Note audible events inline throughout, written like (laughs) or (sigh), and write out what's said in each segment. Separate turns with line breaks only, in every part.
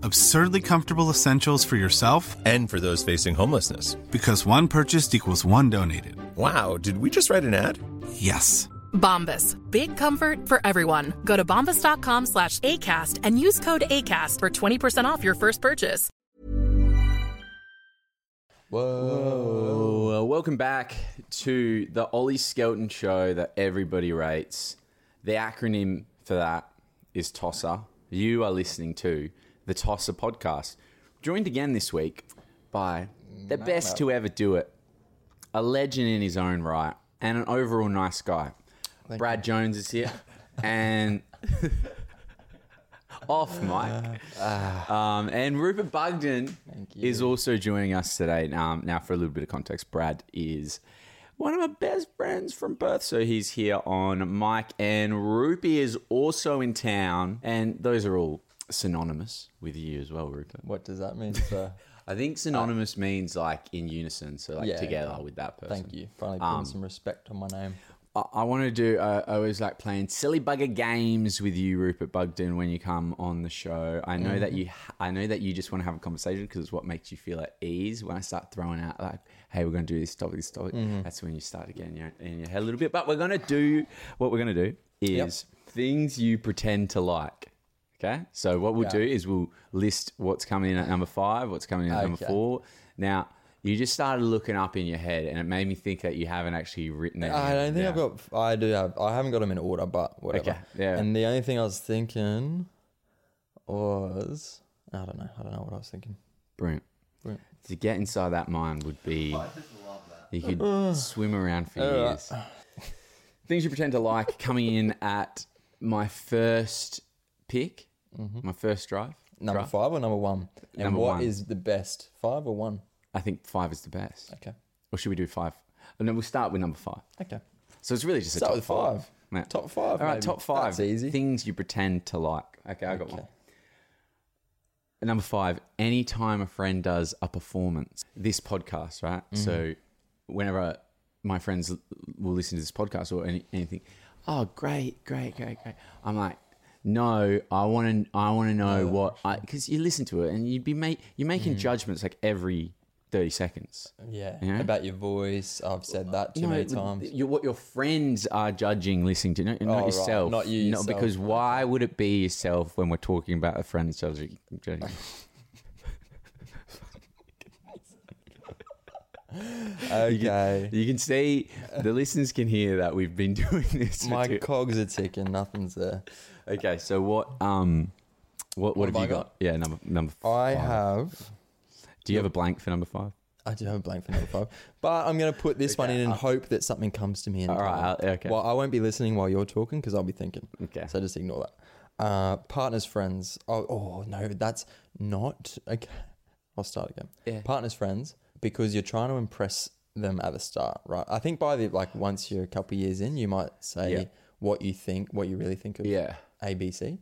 Absurdly comfortable essentials for yourself
And for those facing homelessness.
because one purchased equals one donated.
Wow, did we just write an ad?
Yes.
Bombas. Big comfort for everyone. Go to bombas.com slash ACAST and use code ACAST for 20% off your first purchase.
Whoa. Well, welcome back to the Ollie Skelton show that everybody rates. The acronym for that is TOSSA. You are listening to the TOSSA podcast, joined again this week by the best to ever do it, a legend in his own right, and an overall nice guy. Brad Jones is here, and off mic. Um, and Rupert Bugden is also joining us today. Um, now, for a little bit of context, Brad is one of my best friends from birth. So he's here on Mike, and Rupy is also in town. And those are all synonymous with you as well, Rupert.
What does that (laughs) mean, sir?
I think synonymous means like in unison, so like
uh, Yeah,
together
yeah.
with that person.
Thank you. Finally putting some respect on my name.
I, I want to do. Uh, I always like playing silly bugger games with you, Rupert Bugden, when you come on the show. I know that you.
Mm-hmm.
ha- I know that you just want to have a conversation because it's what makes you feel at ease. When I start throwing out like, "Hey, we're going to do this topic, this topic,"
Mm-hmm.
that's when you start again your, in your head a little bit. But we're going to do what we're going to do is things you pretend to like. Okay, so what we'll do is we'll list what's coming in at number five, what's coming in at number
Okay.
four. Now. You just started looking up in your head, and it made me think that you haven't actually written it.
I don't think I've got. I do have. I haven't got them in order, but whatever.
Okay, yeah.
And the only thing I was thinking was I don't know. I don't know what I was thinking.
Brilliant.
Brilliant.
To get inside that mind would be. You could swim around for years. Things you pretend to like coming in at my first pick, my first drive.
Number
Drive.
five or number one? And
Number
what
one.
is the best? Five or one?
I think five is the best.
Okay.
Or should we do five? Oh, no, we'll start with number five.
Okay.
So it's really just a
Start
top
with
five.
five.
Yeah.
Top five,
All right,
maybe.
top five.
That's easy.
Things you pretend to like. Okay, I got one. Number five, anytime a friend does a performance, this podcast, right?
Mm-hmm.
So whenever my friends l- will listen to this podcast or any, anything, oh, great, great, great, great. I'm like, no, I want to, I want to know what, because you listen to it and you'd be make, you're making
Mm.
judgments like every 30 seconds.
Yeah.
Yeah.
About your voice, I've said that too
No,
many
it-
(laughs) times. Oh,
You, what your friends are judging listening to, not, not
right.
yourself.
Not you yourself.
because why would it be yourself when we're talking about a friend that's judging?
(laughs)
judging?
Okay.
you can see, the listeners can hear that we've been (laughs) doing this. for
My
two-
cogs are ticking. Nothing's there.
okay, so what, um, what, what,
What
have
have
you
I
got? Yeah, number, number
I
five.
have.
Do you have a blank for number five?
I do have a blank for number five, but I'm going to put this one in and hope that something comes to me. In
All right,
time.
I'll- okay.
Well, I won't be listening while you're talking because I'll be thinking.
Okay.
So just ignore that. Uh, partners, friends. Oh, oh no, that's not okay. I'll start again.
Yeah.
Partners, friends, because you're trying to impress them at the start, right? I think by the like once you're a couple of years in, you might say
Yeah.
what you think, what you really think of.
Yeah.
ABC.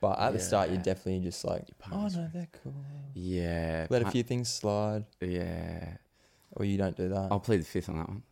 But at the start, you're definitely just like, oh no, they're cool.
Yeah.
Let a
pa-
few things slide,
Yeah.
or you don't do that.
I'll play the fifth on that one.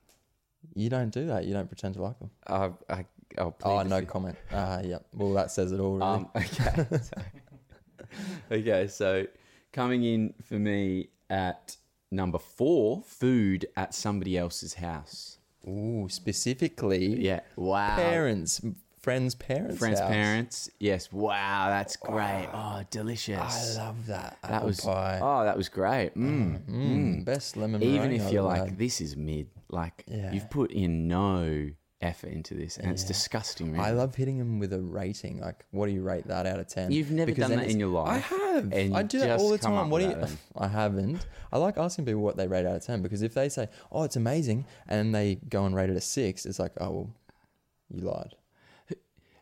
You don't do that. You don't pretend to like them.
Uh, I, I'll plead
Oh,
the
no
fifth.
comment. Ah, yeah. Well, that says it all, really.
Um, okay. so, okay. So coming in for me at number four, food at somebody else's house.
Ooh, specifically,
Yeah. Wow.
parents, friends, parents,
Friends,
house.
parents. Yes. Wow. That's great. Oh, delicious.
I love that.
that
Apple
was
pie.
oh, that was great. Mm.
Mm, best lemon.
Even if
meringue
you're
I've
like,
had.
this is mid. Like
Yeah.
you've put in no effort into this, and it's disgusting. Really.
I love hitting them with a rating. Like, what do you rate that out of ten?
You've never done
then
that
it's-
in your life,
I have.
and
I
you
do that all the
just come
time.
up
What do you?
with that,
(laughs) I haven't. I like asking people what they rate out of ten because if they say, "Oh, it's amazing," and they go and rate it a six, it's like, "Oh, well, you lied."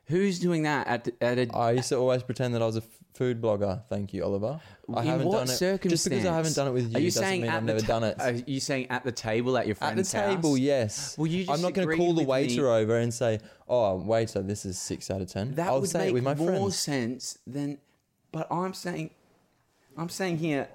Who's doing that at the- at a
I used to always pretend that I was a f- food blogger. Thank you, Oliver. I
in
haven't
what
done it
circumstance?
just because I haven't done it with you.
Are you
doesn't
saying
mean
at
I've
the
never
ta-
done it.
Are you saying at the table at your
At the
friend's
table,
house?
yes.
Well, you just
I'm not going to
agreed
call the
with me.
waiter over and say, "Oh, waiter, this is six out of 10.
That
I'll
would
say
make
it with my
more
friends.
sense than. But I'm saying, I'm saying here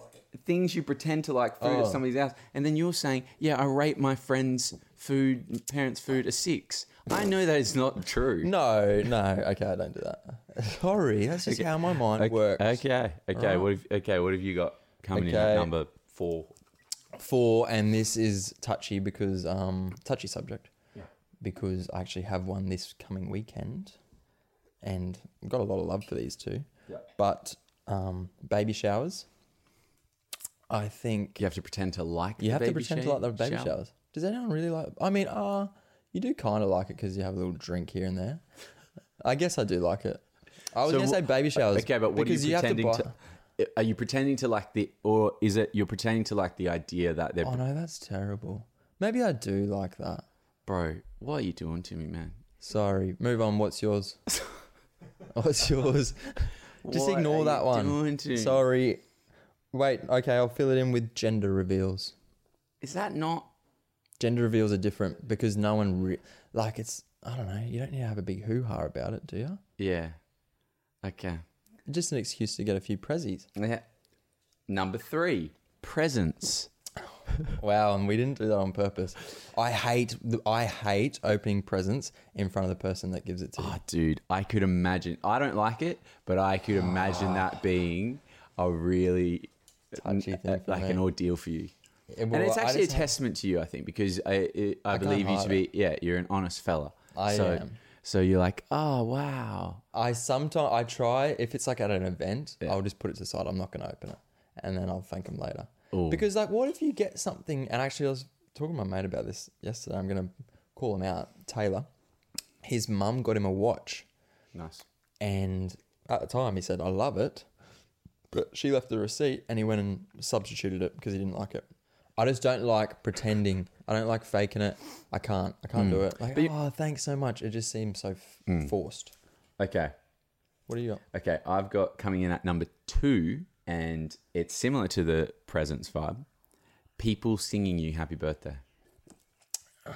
things you pretend to like food at
Oh.
somebody's house, and then you're saying, yeah, I rate my friend's food, parents' food, a six. I know that is not true.
No, no. Okay, I don't do that. (laughs) Sorry, that's just how my mind works.
Okay. Okay. What have okay? What have you got coming in at
Okay.
number four?
Four, and this is touchy because um touchy subject. Yeah. Because I actually have one this coming weekend, and I've got a lot of love for these two. Yeah. But um, baby showers. I think
You have to pretend to like.
You
the
have to
baby
pretend to
shower-
like the baby
shower.
showers. Does anyone really like? I mean, uh, you do kind of like it because you have a little drink here and there. I guess I do like it. I was
So
gonna
wh-
say baby showers.
Okay, but what are
because
you pretending
buy-
to, Are you pretending to like the, or is it you're pretending to like the idea that they're
Oh no, that's terrible. Maybe I do like that.
bro? What are you doing to me, man?
Sorry, move on.
(laughs)
What's yours? What's yours? Just
What
ignore
are
that
you
one.
doing to me?
Sorry. Wait. Okay, I'll fill it in with gender reveals.
Is that not?
Gender reveals are different because no one re- like it's. I don't know. You don't need to have a big hoo ha about it, do you?
Yeah. Okay.
Just an excuse to get a few prezzies.
Yeah. Number three, presents.
Wow, and we didn't do that on purpose. I hate the, I hate opening presents in front of the person that gives it to you.
Oh, dude, I could imagine. I don't like it, but I could
(sighs)
imagine that being a really
Touchy thing for
like an
me.
ordeal for you.
Yeah, well,
and it's
I
actually a
just have-
testament to you, I think, because I it, I, believe you to
hide
be yeah, you're an honest fella.
I
so,
am.
So you're like, oh wow,
I sometimes I try if it's like at an event, I'll just put it to the side. I'm not going to open it, and then I'll thank them later. Because like, what if you get something? And actually, I was talking to my mate about this yesterday. I'm going to call him out, Taylor. His mum got him a watch.
nice.
And at the time, he said, I love it. But she left the receipt and he went and substituted it because he didn't like it. I just don't like pretending. I don't like faking it. I can't. I can't do it. Like, oh, thanks so much. It just seems so f- forced.
Okay,
What do you got?
okay, I've got coming in at number two, and it's similar to the presents vibe. People singing you happy birthday.
Uh,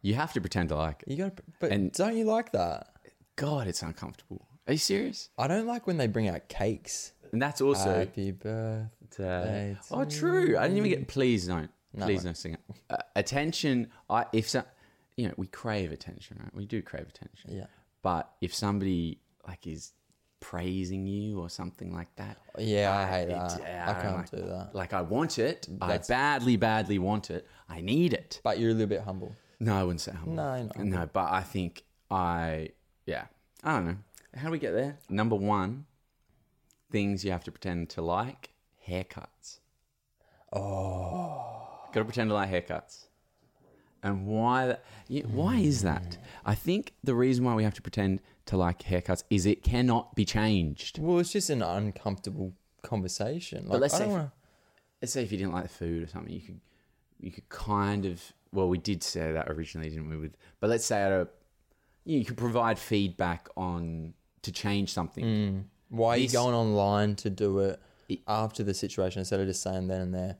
You have to pretend to like it.
You got, but
And-
don't you like that?
God, it's uncomfortable. Are you serious?
I don't like when they bring out cakes.
And that's also
Happy birthday.
Uh,
to
oh, true. I didn't even get. Please don't. please don't sing it. Uh, attention. I if so, you know we crave attention, right? We do crave attention.
Yeah.
But if somebody like is praising you or something like that,
Yeah, I hate
it's-
that.
yeah,
I
don't
can't
like-
do that.
Like I want it.
That's-
I badly, badly want it. I need it.
But you're a little bit humble.
No, I wouldn't say humble.
No, you're not
no. But I think I. Yeah. I don't know. How do we get there? Number one, things you have to pretend to like: haircuts.
Oh,
Got to pretend to like haircuts. And why? That, yeah, why is that? I think the reason why we have to pretend to like haircuts is it cannot be changed.
well, it's just an uncomfortable conversation. Like,
let's
I don't
say-
wanna-
Let's say if you didn't like the food or something, you could you could kind of well, we did say that originally, didn't we? With but let's say at a you could provide feedback on to change something.
Mm. Why are you
This-
going online to do it after the situation instead of just saying then and there?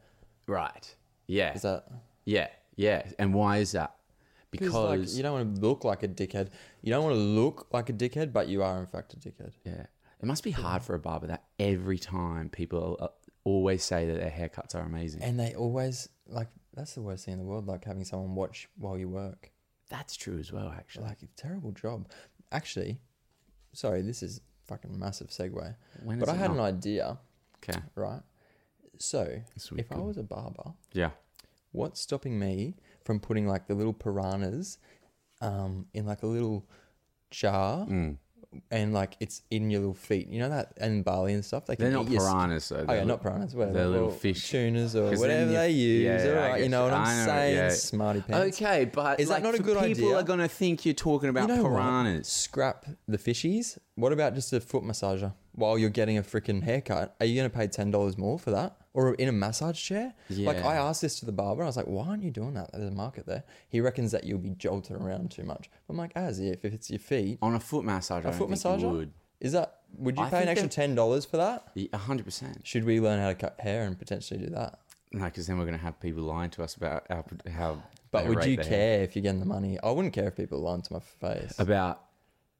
Right. Yeah.
Is that
yeah. Yeah. And why is that? Because
like, you don't want to look like a dickhead? You don't want to look like a dickhead, but you are in fact a dickhead.
Yeah. It must be hard for a barber that every time people uh, always say that their haircuts are amazing.
And they always like that's the worst thing in the world. Like having someone watch while you work.
That's true as well, actually.
Like terrible job. Actually, sorry, this is fucking massive segue.
When
but
is
I
it
had
not?
an idea,
Okay.
right? So
would
if I was a barber,
Yeah.
What's stopping me from
Mm.
putting like the little piranhas um, in like a little jar and like it's in your little feet. You know that and Bali and stuff. They can
They're not
eat your st-
piranhas, though.
Oh
They're
yeah, not
little-
piranhas. Whatever.
they're little
Well,
fish.
tunes or
'Cause then
whatever
you-
they use.
yeah,
all
I
right, you
get you.
know what
I
I'm
know,
saying?
yeah.
Smarty pants.
Okay, but
Is that
like,
not a
for
good
people
idea?
are going to think you're talking about
You know what?
piranhas.
Scrap the fishies. What about just a foot massager while you're getting a freaking haircut? Are you going to pay ten dollars more for that, or in a massage chair? Like
Yeah.
I asked this to the barber. I was like, "Why aren't you doing that? There's a market there." He reckons that you'll be jolted around too much. I'm like, as if if it's your feet,
On a foot massage, I
a
don't
foot
think you
massager.
would.
Is that? Would you
I
pay an
think
extra
that-
ten dollars for that?
A hundred percent.
Should we learn how to cut hair and potentially do that?
No, because then we're going to have people lying to us about our, how.
But
they
would
rate
you
their
care if you're getting the money? I wouldn't care if people lying to my face.
about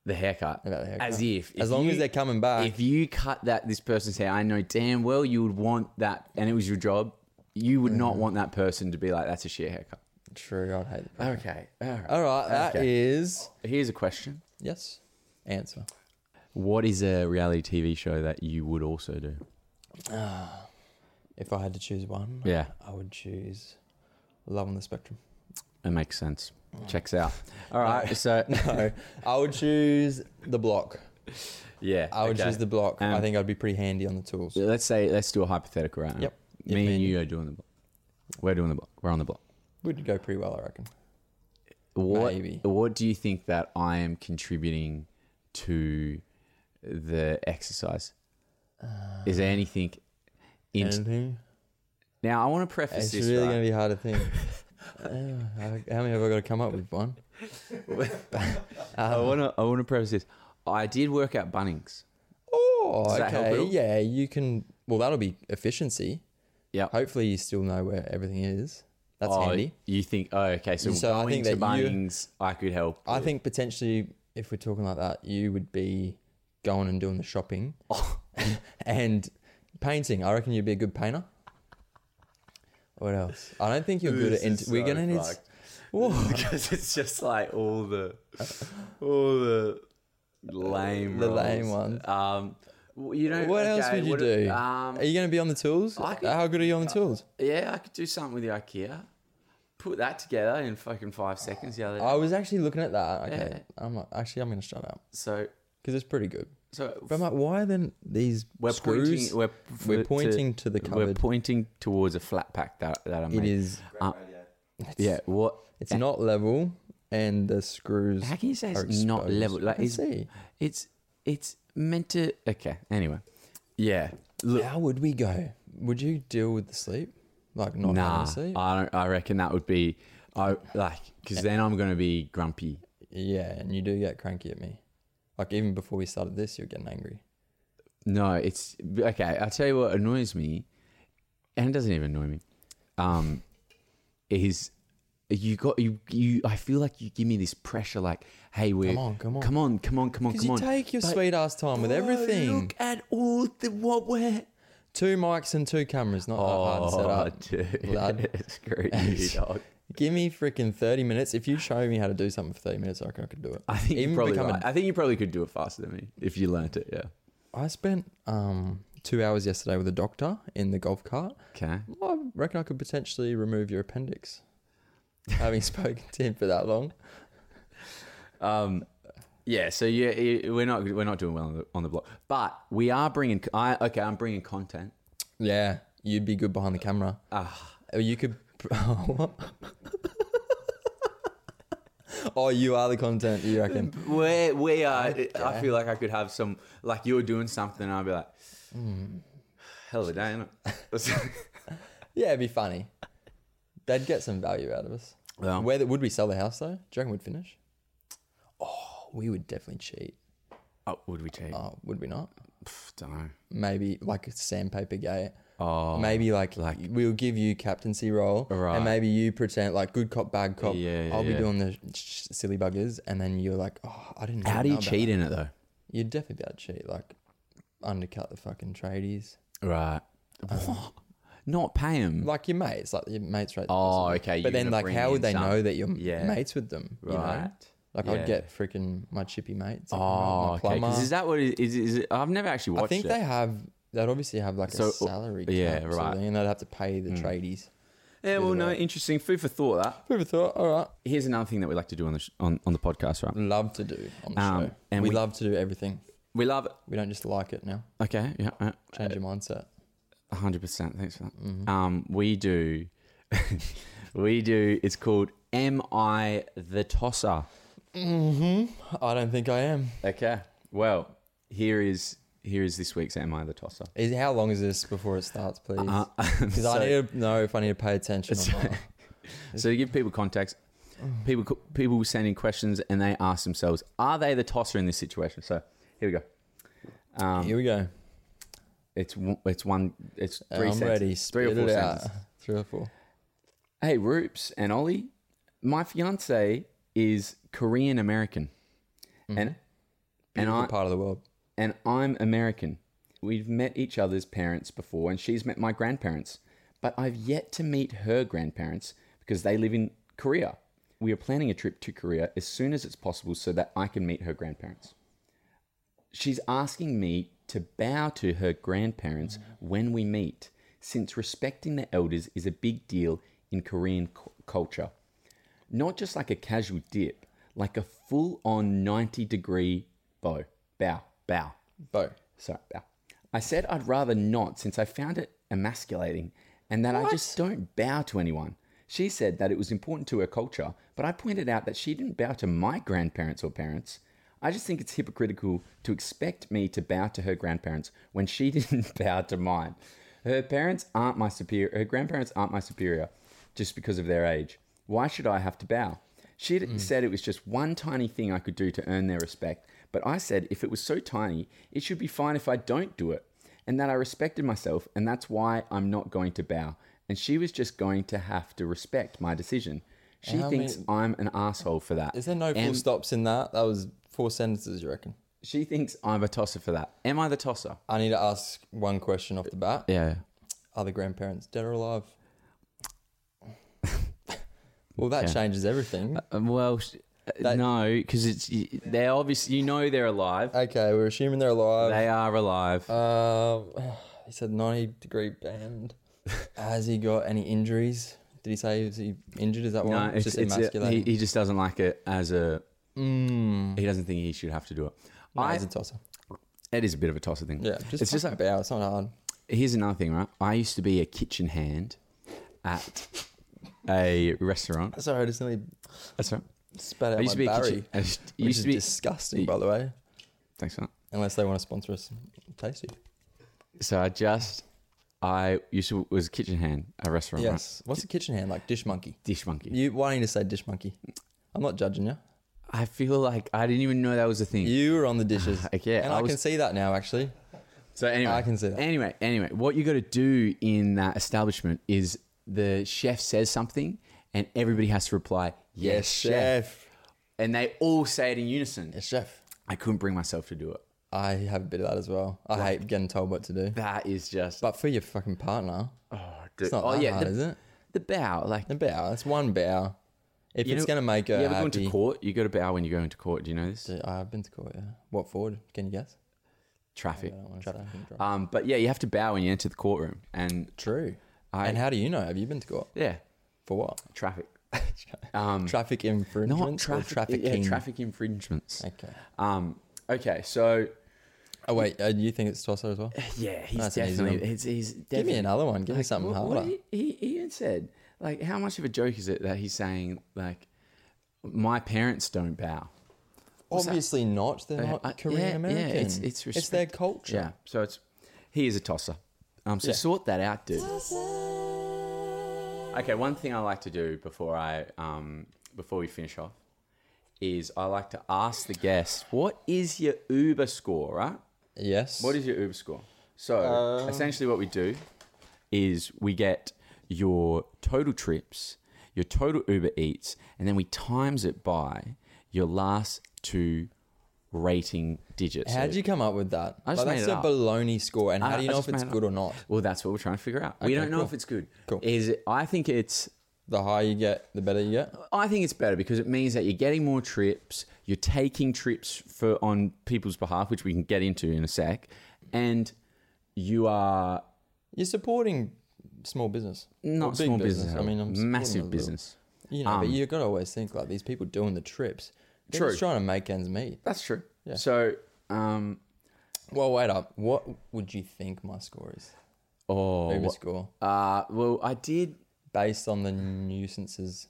the haircut?
About the haircut.
As if,
As
if
long as they're coming back.
If you cut that this person's hair, I know damn well you would want that, and it was your job. You would
Mm-hmm.
not want that person to be like, "That's a shit haircut."
True, I'd
(laughs)
hate it.
Okay, all right.
All right, that is
Okay. Here's a question:
yes. Answer.
What is a reality TV show that you would also do?
If I had to choose one,
Yeah.
I would choose Love on the Spectrum.
It makes sense. Checks out. All right.
(laughs)
So
No, I would choose the block.
yeah,
I would
okay.
choose the block. I
Um,
think I'd be pretty handy on the tools.
Let's say let's do a hypothetical right now.
Yep. Yeah,
Me
me
and
and
you are doing the block. We're doing the block. We're on the block.
Would go pretty well, I reckon.
What
Maybe.
What do you think that I am contributing to the exercise?
Uh,
Is there anything? In-
Anything?
now I want to preface
It's
this.
really
right?
going to be hard to
(laughs)
think. Uh, how- how many have I got to come up with? One.
I want to. I want to preface this. I did work at Bunnings.
Oh,
Does that help at
okay.
all?
Yeah, you can. Well, that'll be efficiency.
Yeah.
Hopefully, you still know where everything is. That's
oh,
handy.
You think? Oh, okay. So,
So I
going
think
to
that you-
Bunnings, I could help.
I think potentially, if we're talking like that, you would be going and doing the shopping
Oh.
(laughs) and painting. I reckon you'd be a good painter. What else? I don't think you're good at. Int- we're gonna need. s-
(laughs) because it's just like all the all the lame
The lame
roles.
ones.
Um, w- you know
What else
okay,
would you
what
do?
if- Um,
are you going to be on the tools?
I could- Uh,
How good are you on the tools?
yeah, I could do something with the IKEA. Put that together in fucking five seconds. The other day.
I was actually looking at that. Okay, I'm like, actually, I'm going to shut up
so
because it's pretty good.
so
But I'm like, why then these
we're
screws?
pointing. We're,
we're
to-
pointing to, the
We're
cupboard.
pointing towards a flat pack that that I'm.
it is.
Uh, yeah. What?
It's not level, and the screws.
How can you say
are
it's not
exposed.
level? Like
I
it's
see.
it's it's meant to. Okay. Anyway. Yeah. Look.
How would we go? Would you deal with the sleep? Like not
Nah,
having sleep?
I don't. I reckon that would be, I like, because then I'm gonna be grumpy.
yeah, and you do get cranky at me. Like even before we started this, you're getting angry.
No, it's okay. I'll tell you what annoys me, and it doesn't even annoy me. Um, is you got you you? I feel like you give me this pressure, like, hey, we're
Come on, come on.
come on, come on, come on,
Because
come
you
on.
take your
But,
sweet ass time with
bro,
everything.
Look at all the what we're.
Two mics and two cameras, not that hard to set up.
Oh, (laughs)
lad.
dude, screw you, (laughs) dog.
Give me freaking thirty minutes. If you show me how to do something for thirty minutes, I reckon I could do it.
I think you
Even
probably.
become a-
right. I think you probably could do it faster than me if you learnt it. Yeah.
I spent um, two hours yesterday with a doctor in the golf cart.
Okay.
I reckon I could potentially remove your appendix, having (laughs) spoken to him for that long.
Um, yeah, so yeah, it- we're not we're not doing well on the, on the blog, but we are bringing. I okay, I'm bringing content.
Yeah, you'd be good behind the camera. Oh, you could. (laughs) what? oh, you are the content. You reckon?
Where we are, I feel like I could have some. Like you're doing something, and I'll be like, Hmm. hell of a day, is
Yeah, it'd be funny. They'd get some value out of us.
Yeah.
Where would we sell the house though? Do you reckon we'd finish? Oh, we would definitely cheat.
(laughs) oh, would we cheat?
Oh, would we not?
Don't know.
maybe like a sandpaper gate.
Oh,
Maybe like,
like-
we'll give you captaincy role,
Right.
and maybe you pretend like good cop, bad cop.
Yeah, yeah,
I'll
yeah.
be doing the sh- silly buggers, and then you're like, oh, I didn't.
How
even
do you
know about
cheat
that."
in it though?
You'd definitely be able to cheat, like undercut the fucking tradies,
Right. what? Not pay him.
like your mates, like your mates right.
Oh, okay, you're
But then
gonna
like,
bring
how
in
would they
some-
know that you're m-
Yeah.
mates with them? You know?
Right.
Like
Yeah.
I'd get freaking my chippy mates. Like, my-
oh,
my
okay. 'cause
plumber.
is that what it is? is it, I've never actually watched
I think
it.
they have. They'd obviously have like
So, uh,
a salary.
yeah,
cap sort of
right. Hmm.
thing, and they'd have to pay the tradies.
Yeah, well, no, interesting. Food for thought. That
Who thought? All right.
here's another thing that we like to do on the sh- on, on the podcast, right?
Love to do on the
Um,
show.
and
we,
we-
love to do everything.
We love it.
We don't just like it now.
Okay, yeah, uh,
Change your mindset.
hundred percent. Thanks for that. Um, we do, (laughs) we do. It's called "Am I the Tosser?"
I don't think I am.
Okay. Well, here is here is this week's "Am I the Tosser?"
Is how long is this before it starts, please?
Uh, (laughs)
Because I need to know if I need to pay attention. Or not.
So to give people context, people co- people were sending questions and they ask themselves, "Are they the tosser in this situation?" So here we go. um,
Here we go.
It's one- it's one. It's 3
Uh, I'm
sentences-
ready.
Three or
Spit
four
it out.
sentences.
Three or four.
Hey, Roops and Ollie, my fiance is Korean American,
Mm-hmm.
and and
Beautiful
I
part of the world.
and I'm American. We've met each other's parents before, and she's met my grandparents, but I've yet to meet her grandparents because they live in Korea. We are planning a trip to Korea as soon as it's possible so that I can meet her grandparents. She's asking me to bow to her grandparents when we meet, since respecting the elders is a big deal in Korean cu- culture. Not just like a casual dip, like a full on 90 degree bow. Bow, bow.
Bo.
Sorry, bow. I said I'd rather not since I found it emasculating and that I just don't bow to anyone. She said that it was important to her culture, but I pointed out that she didn't bow to my grandparents or parents. I just think it's hypocritical to expect me to bow to her grandparents when she (laughs) didn't bow to mine. Her parents aren't my superior. Her grandparents aren't my superior just because of their age. Why should I have to bow? She
Mm.
d- said it was just one tiny thing I could do to earn their respect, but I said if it was so tiny, it should be fine if I don't do it, and that I respected myself, and that's why I'm not going to bow. And she was just going to have to respect my decision. She
How
thinks
many-
I'm an asshole for that.
Is there no full
Am-
stops in that? That was four sentences, you reckon?
She thinks I'm a tosser for that. Am I the tosser?
I need to ask one question off the bat.
Yeah.
Are the grandparents dead or alive? (laughs) well, that changes everything.
Um, well, uh, no, because it's they're obviously you know they're alive.
Okay, we're assuming they're alive.
They are alive.
Um, (sighs) he said 90 degree
(laughs)
bend. Has he got any injuries? Did he say is he injured? Is that
No,
why?
it's,
just
it's- uh,
emasculating.
he, he just doesn't like it as a. He doesn't think he should have to do it.
No,
I,
he's a tosser.
it is a bit of a tosser thing.
Yeah, just
it's just like
bow. It's not hard.
here's another thing, right? I used to be a kitchen hand at a restaurant.
Sorry, I just nearly
That's right.
spat out
I used to
my
be a
Barry.
kitchen. I used,
Which
used
is
to be.
disgusting, by the way.
Thanks for that.
Unless they want to sponsor us, tasty.
So I just, I used to was a kitchen hand at a restaurant. Right?
Yes. What's a kitchen hand like? Dish monkey.
Dish monkey.
You why don't you just say dish monkey? I'm not judging you.
I feel like I didn't even know that was a thing.
You were on
(sighs)
the dishes.
Okay,
and
I
I,
was-
can see that now actually.
So anyway,
I can see that.
Anyway, anyway, what you got to do in that establishment is the chef says something, and everybody has to reply, "Yes, chef. and they all say it in unison.
Yes, chef.
I couldn't bring myself to do it.
I have a bit of that as well. I hate getting told what to do.
That is just
But for your fucking partner,
it's
not that hard,
Oh, the,
is it?
The bow, like
a bow. That's one bow. If
you
it's
know-
gonna make her
You ever
happy.
gone to court? You got to bow when you go into court. Do you know this?
I've been to court. Yeah. What forward? Can you guess?
Traffic.
I wanna say I can drive.
Um, but yeah, you have to bow when you enter the courtroom, and
True.
I-
and how do you know? Have you been to court
yeah,
for what? (laughs)
traffic.
traffic infringements.
Um, Not traffic.
Or trafficking.
Yeah, traffic infringements.
Okay.
Um, okay, so
Oh wait, uh, you think it's Tosser as well?
Yeah, he's
That's an easy
definitely.
one.
He's, he's
Give me
definitely-
another one. Give me
like,
something
what-
harder.
what he, he he even said, like, how much of a joke is it that he's saying, like, my parents don't bow?
Obviously not. They're not
Uh, yeah,
Korean American.
Yeah, it's it's,
it's their
respect-
culture.
Yeah, so it's he is a tosser. Um, so sort that out, dude. Okay, one thing I like to do before I um before we finish off is I like to ask the guests what is your Uber score, right?
Yes.
What is your Uber score? So
Uh,
essentially, what we do is we get your total trips, your total Uber Eats, and then we times it by your last two rating digits.
How'd
So-
you come up with that?
I just
Like,
made
that's
it
a
up.
baloney score, and
I-
how do you
I
know
just
if it's
made it
good
up.
or not?
Well, that's what we're trying to figure out. we
Okay,
don't know
cool.
if it's good.
Cool.
Is it, I think it's
The higher you get, the better you get.
I think it's better because it means that you're getting more trips, you're taking trips for on people's behalf, which we can get into in a sec, and you are
You're supporting small business. Or
Not
big
small business.
I mean, I'm supporting
massive
of the-
business.
You know, but
Um,
you got to always think like these people doing the trips. They're
True.
just trying to make ends meet.
That's true. So, um,
Well, wait up. What would you think my score is?
oh,
Uber
what-
score
uh, well, I did.
based on the nuisances.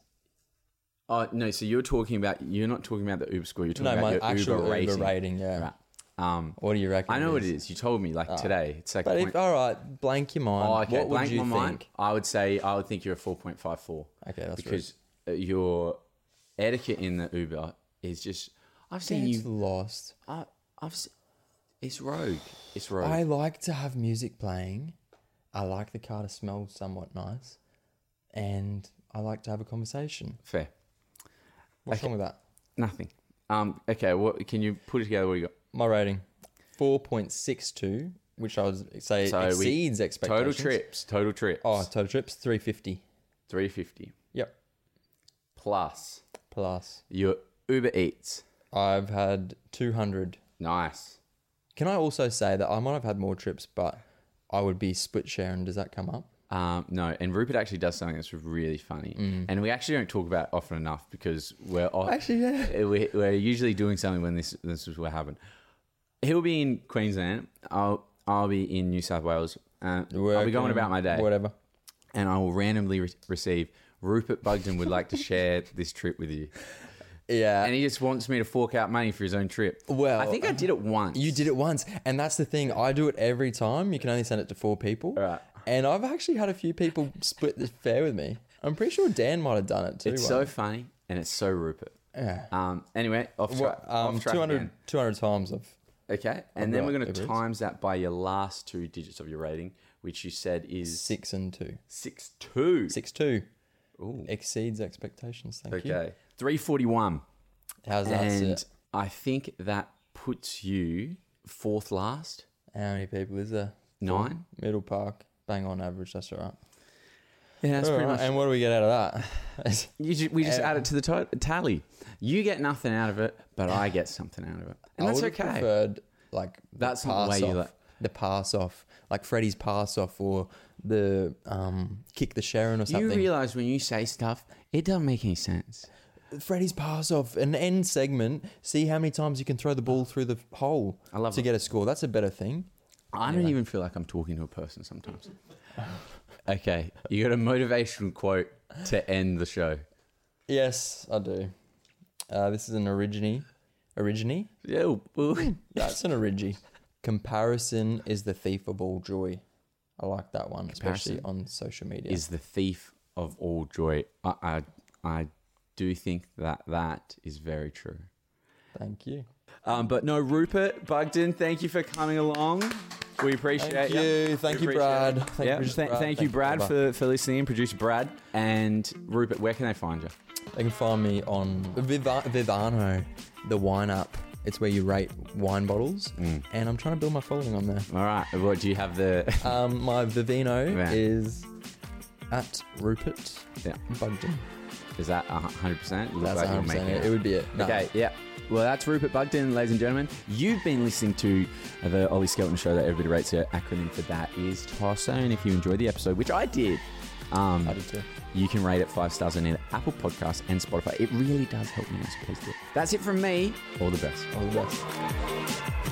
Oh no! So you're talking about you're not talking about the Uber score. You're talking
No, my
about your
actual
Uber,
Uber
rating.
rating. yeah.
Right. Um,
What do you reckon?
I know what it is. You told me like today. It's like
Ah. But
point-
if, all right, blank your mind.
Oh, okay.
What would
Blank
you
my
think?
mind. I would say I would think you're a four point five four.
Okay, that's rude.
because uh your etiquette in the Uber is just. I've seen
It's
you.
lost.
I, I've. se- It's rogue. It's rogue.
I like to have music playing. I like the car to smell somewhat nice, and I like to have a conversation.
Fair.
What's wrong with that?
Nothing. Um. Okay. What can you put it together? What do you got?
My rating, four point six two, which I would say
So we-
exceeds expectations.
Total trips. Total trips.
Oh, total trips three fifty.
Three fifty
Yep.
plus
Plus,
your Uber Eats.
I've had two hundred.
Nice.
Can I also say that I might have had more trips, but I would be split sharing. Does that come up?
Um, no, and Rupert actually does something that's really funny, and we actually don't talk about it often enough because we're off,
Mm. Actually, yeah.
we, (laughs) we're usually doing something when this this is what happened. He'll be in Queensland. I'll I'll be in New South Wales. Uh, I'll be going
Working,
about my day,
Whatever.
and I will randomly re- receive. Rupert Bugden would like to share this trip with you,
Yeah.
and he just wants me to fork out money for his own trip.
Well, um,
I think I did it once.
You did it once, and that's the thing. I do it every time. You can only send it to four people.
Right.
And I've actually had a few people split the fare with me. I'm pretty sure Dan might have done it too.
It's so
once.
funny, and it's so Rupert.
Yeah.
Um. Anyway, off track.
What, um,
off track
200,
again.
200 times of.
Okay, and then
Right,
we're going
it
to
is.
times that by your last two digits of your rating, which you said is
Six and two.
six two.
Six two. Exceeds expectations. Thank you.
Okay, three forty one,
How's that?
and
sit?
I think that puts you fourth last
How many people is there?
nine.
Middle Park. Bang on average. That's all right.
Yeah, that's
All
pretty
right,
much.
And what do we get out of that?
you ju- we just
Uh,
add it to the to- tally. You get nothing out of it, but I get something out of it, and that's
I would
okay.
have preferred like the
That's not the
pass
way you
off,
like-
the pass off, like Freddie's pass off or the um kick the Sharon or
Do you
something.
realize when you say stuff, it doesn't make any sense.
Freddie's pass off, an end segment. See how many times you can throw the ball through the hole
I love
to
it.
get a score. That's a better thing.
I don't even feel like I'm talking to a person sometimes. (laughs) okay, you got a motivational quote to end the show.
Yes, I do. Uh, this is an origine. Origine?
Yeah, ooh, ooh.
That's an origine. Comparison is the thief of all joy. I like that one, especially on social media.
is the thief of all joy. I, I, I do think that that is very true.
Thank you.
Um, but no, Rupert Bugden, thank you for coming along. We appreciate
Thank
ya.
you.
We
Thank you,
appreciate
Brad.
it.
Thank you,
Yeah,
producer
thank,
Brad.
thank you, Brad,
Brad.
for, for listening. Producer Brad and Rupert, where can they find you?
They can find me on Viva- Vivano, the wine app. It's where you rate wine bottles,
Mm.
and I'm trying to build my following on there.
All right. What do you have the? (laughs)
Um, my Vivino
Yeah.
is at Rupert
Yeah.
Bugden.
Is that a hu- 100%? You look
That's
like you're
100.
making
percent it. it would be it. No.
Okay, yeah. Well, that's Rupert Bugden, ladies and gentlemen. You've been listening to the Ollie Skelton show that everybody rates. Her acronym for that is TOSO. And if you enjoyed the episode, which I did, um,
I did too.
you can rate it five stars on either Apple Podcasts and Spotify. It really does help me out. so Please do it. That's it from me. All the best.
All the best.